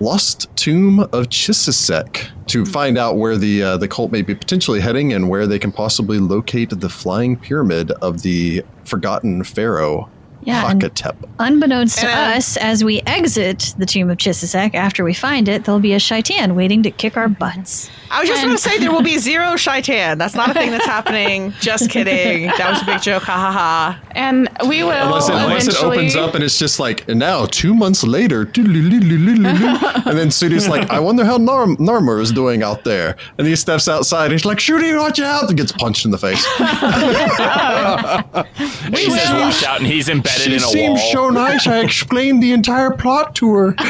lost tomb of Chisisek to Hmm. find out where the uh, the cult may be potentially heading and where they can possibly locate the flying pyramid of the forgotten pharaoh Yeah, and- Hakatep. Unbeknownst to And, uh, us, as we exit the tomb of Chisisek, after we find it, there'll be a shaitan waiting to kick our butts. I was just And- going to say there will be zero shaitan. That's not a thing that's happening. Just kidding. That was a big joke. Ha ha ha. And we will Unless, it, unless it eventually. opens up and it's just like, and now two months later, doo-doo-doo-doo-doo-doo-doo. and then Sudi's like, I wonder how Nar- Narmer is doing out there. And he steps outside and he's like, Sudi, watch out! And gets punched in the face. And he says, "Watch out!" and he's embedded she in a wall. seems so nice. I explained the entire plot to her. We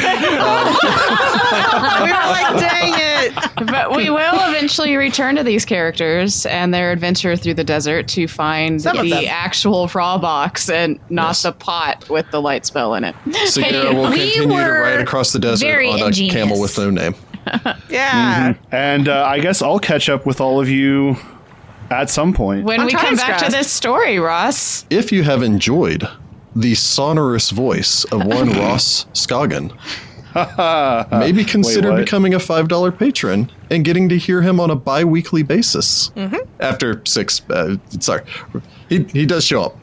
were like, dang (laughs) (laughs) it. but we will eventually return to these characters and their adventure through the desert to find Some of them. the actual raw box and not the pot with the light spell in it. Segura will we continue to were ride across the desert very on a ingenious. camel with no name. Mm-hmm. Yeah. And uh, I guess I'll catch up with all of you at some point. When I'm we come time back to stressed. this story, Ross, If you have enjoyed the sonorous voice of (laughs) one Ross Scoggin, maybe consider what? becoming a $5 patron and getting to hear him on a bi weekly basis. Mm-hmm. After six, uh, sorry, he, he does show (laughs) up.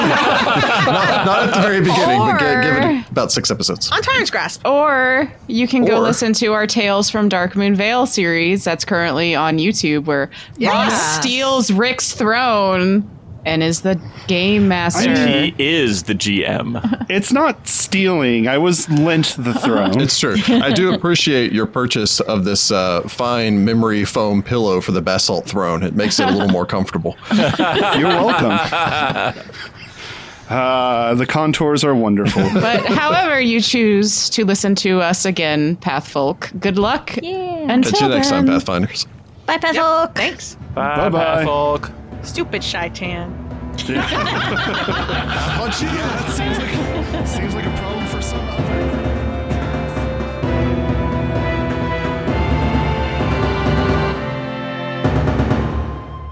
not, not at the very beginning, but gi- Or- given about six episodes. On Tyrant's Grasp. Oh, or you can go Or- listen to our Tales from Dark Moon Vale series that's currently on YouTube where Ross Yes. steals Rick's throne and is the game master. And he is the GM. It's not stealing. I was lent the (laughs) throne. It's true. I do (laughs) appreciate your purchase of this uh, fine memory foam pillow for the basalt throne. It makes it a little more comfortable. You're welcome. Uh, the contours are wonderful. But however you choose to listen to us again, Pathfolk, good luck. Yeah. Until Catch you next time, then. Pathfinders. Bye, Pathfolk. Thanks. Bye, Bye-bye. bye, folk. Stupid shaitan. Oh, gee, yeah, that seems like, seems like a problem for some other group.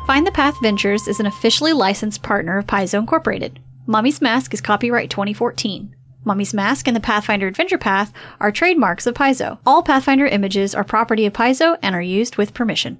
Find the Path Ventures is an officially licensed partner of Paizo Incorporated. Mommy's Mask is copyright 2014. Mommy's Mask and the Pathfinder Adventure Path are trademarks of Paizo. All Pathfinder images are property of Paizo and are used with permission.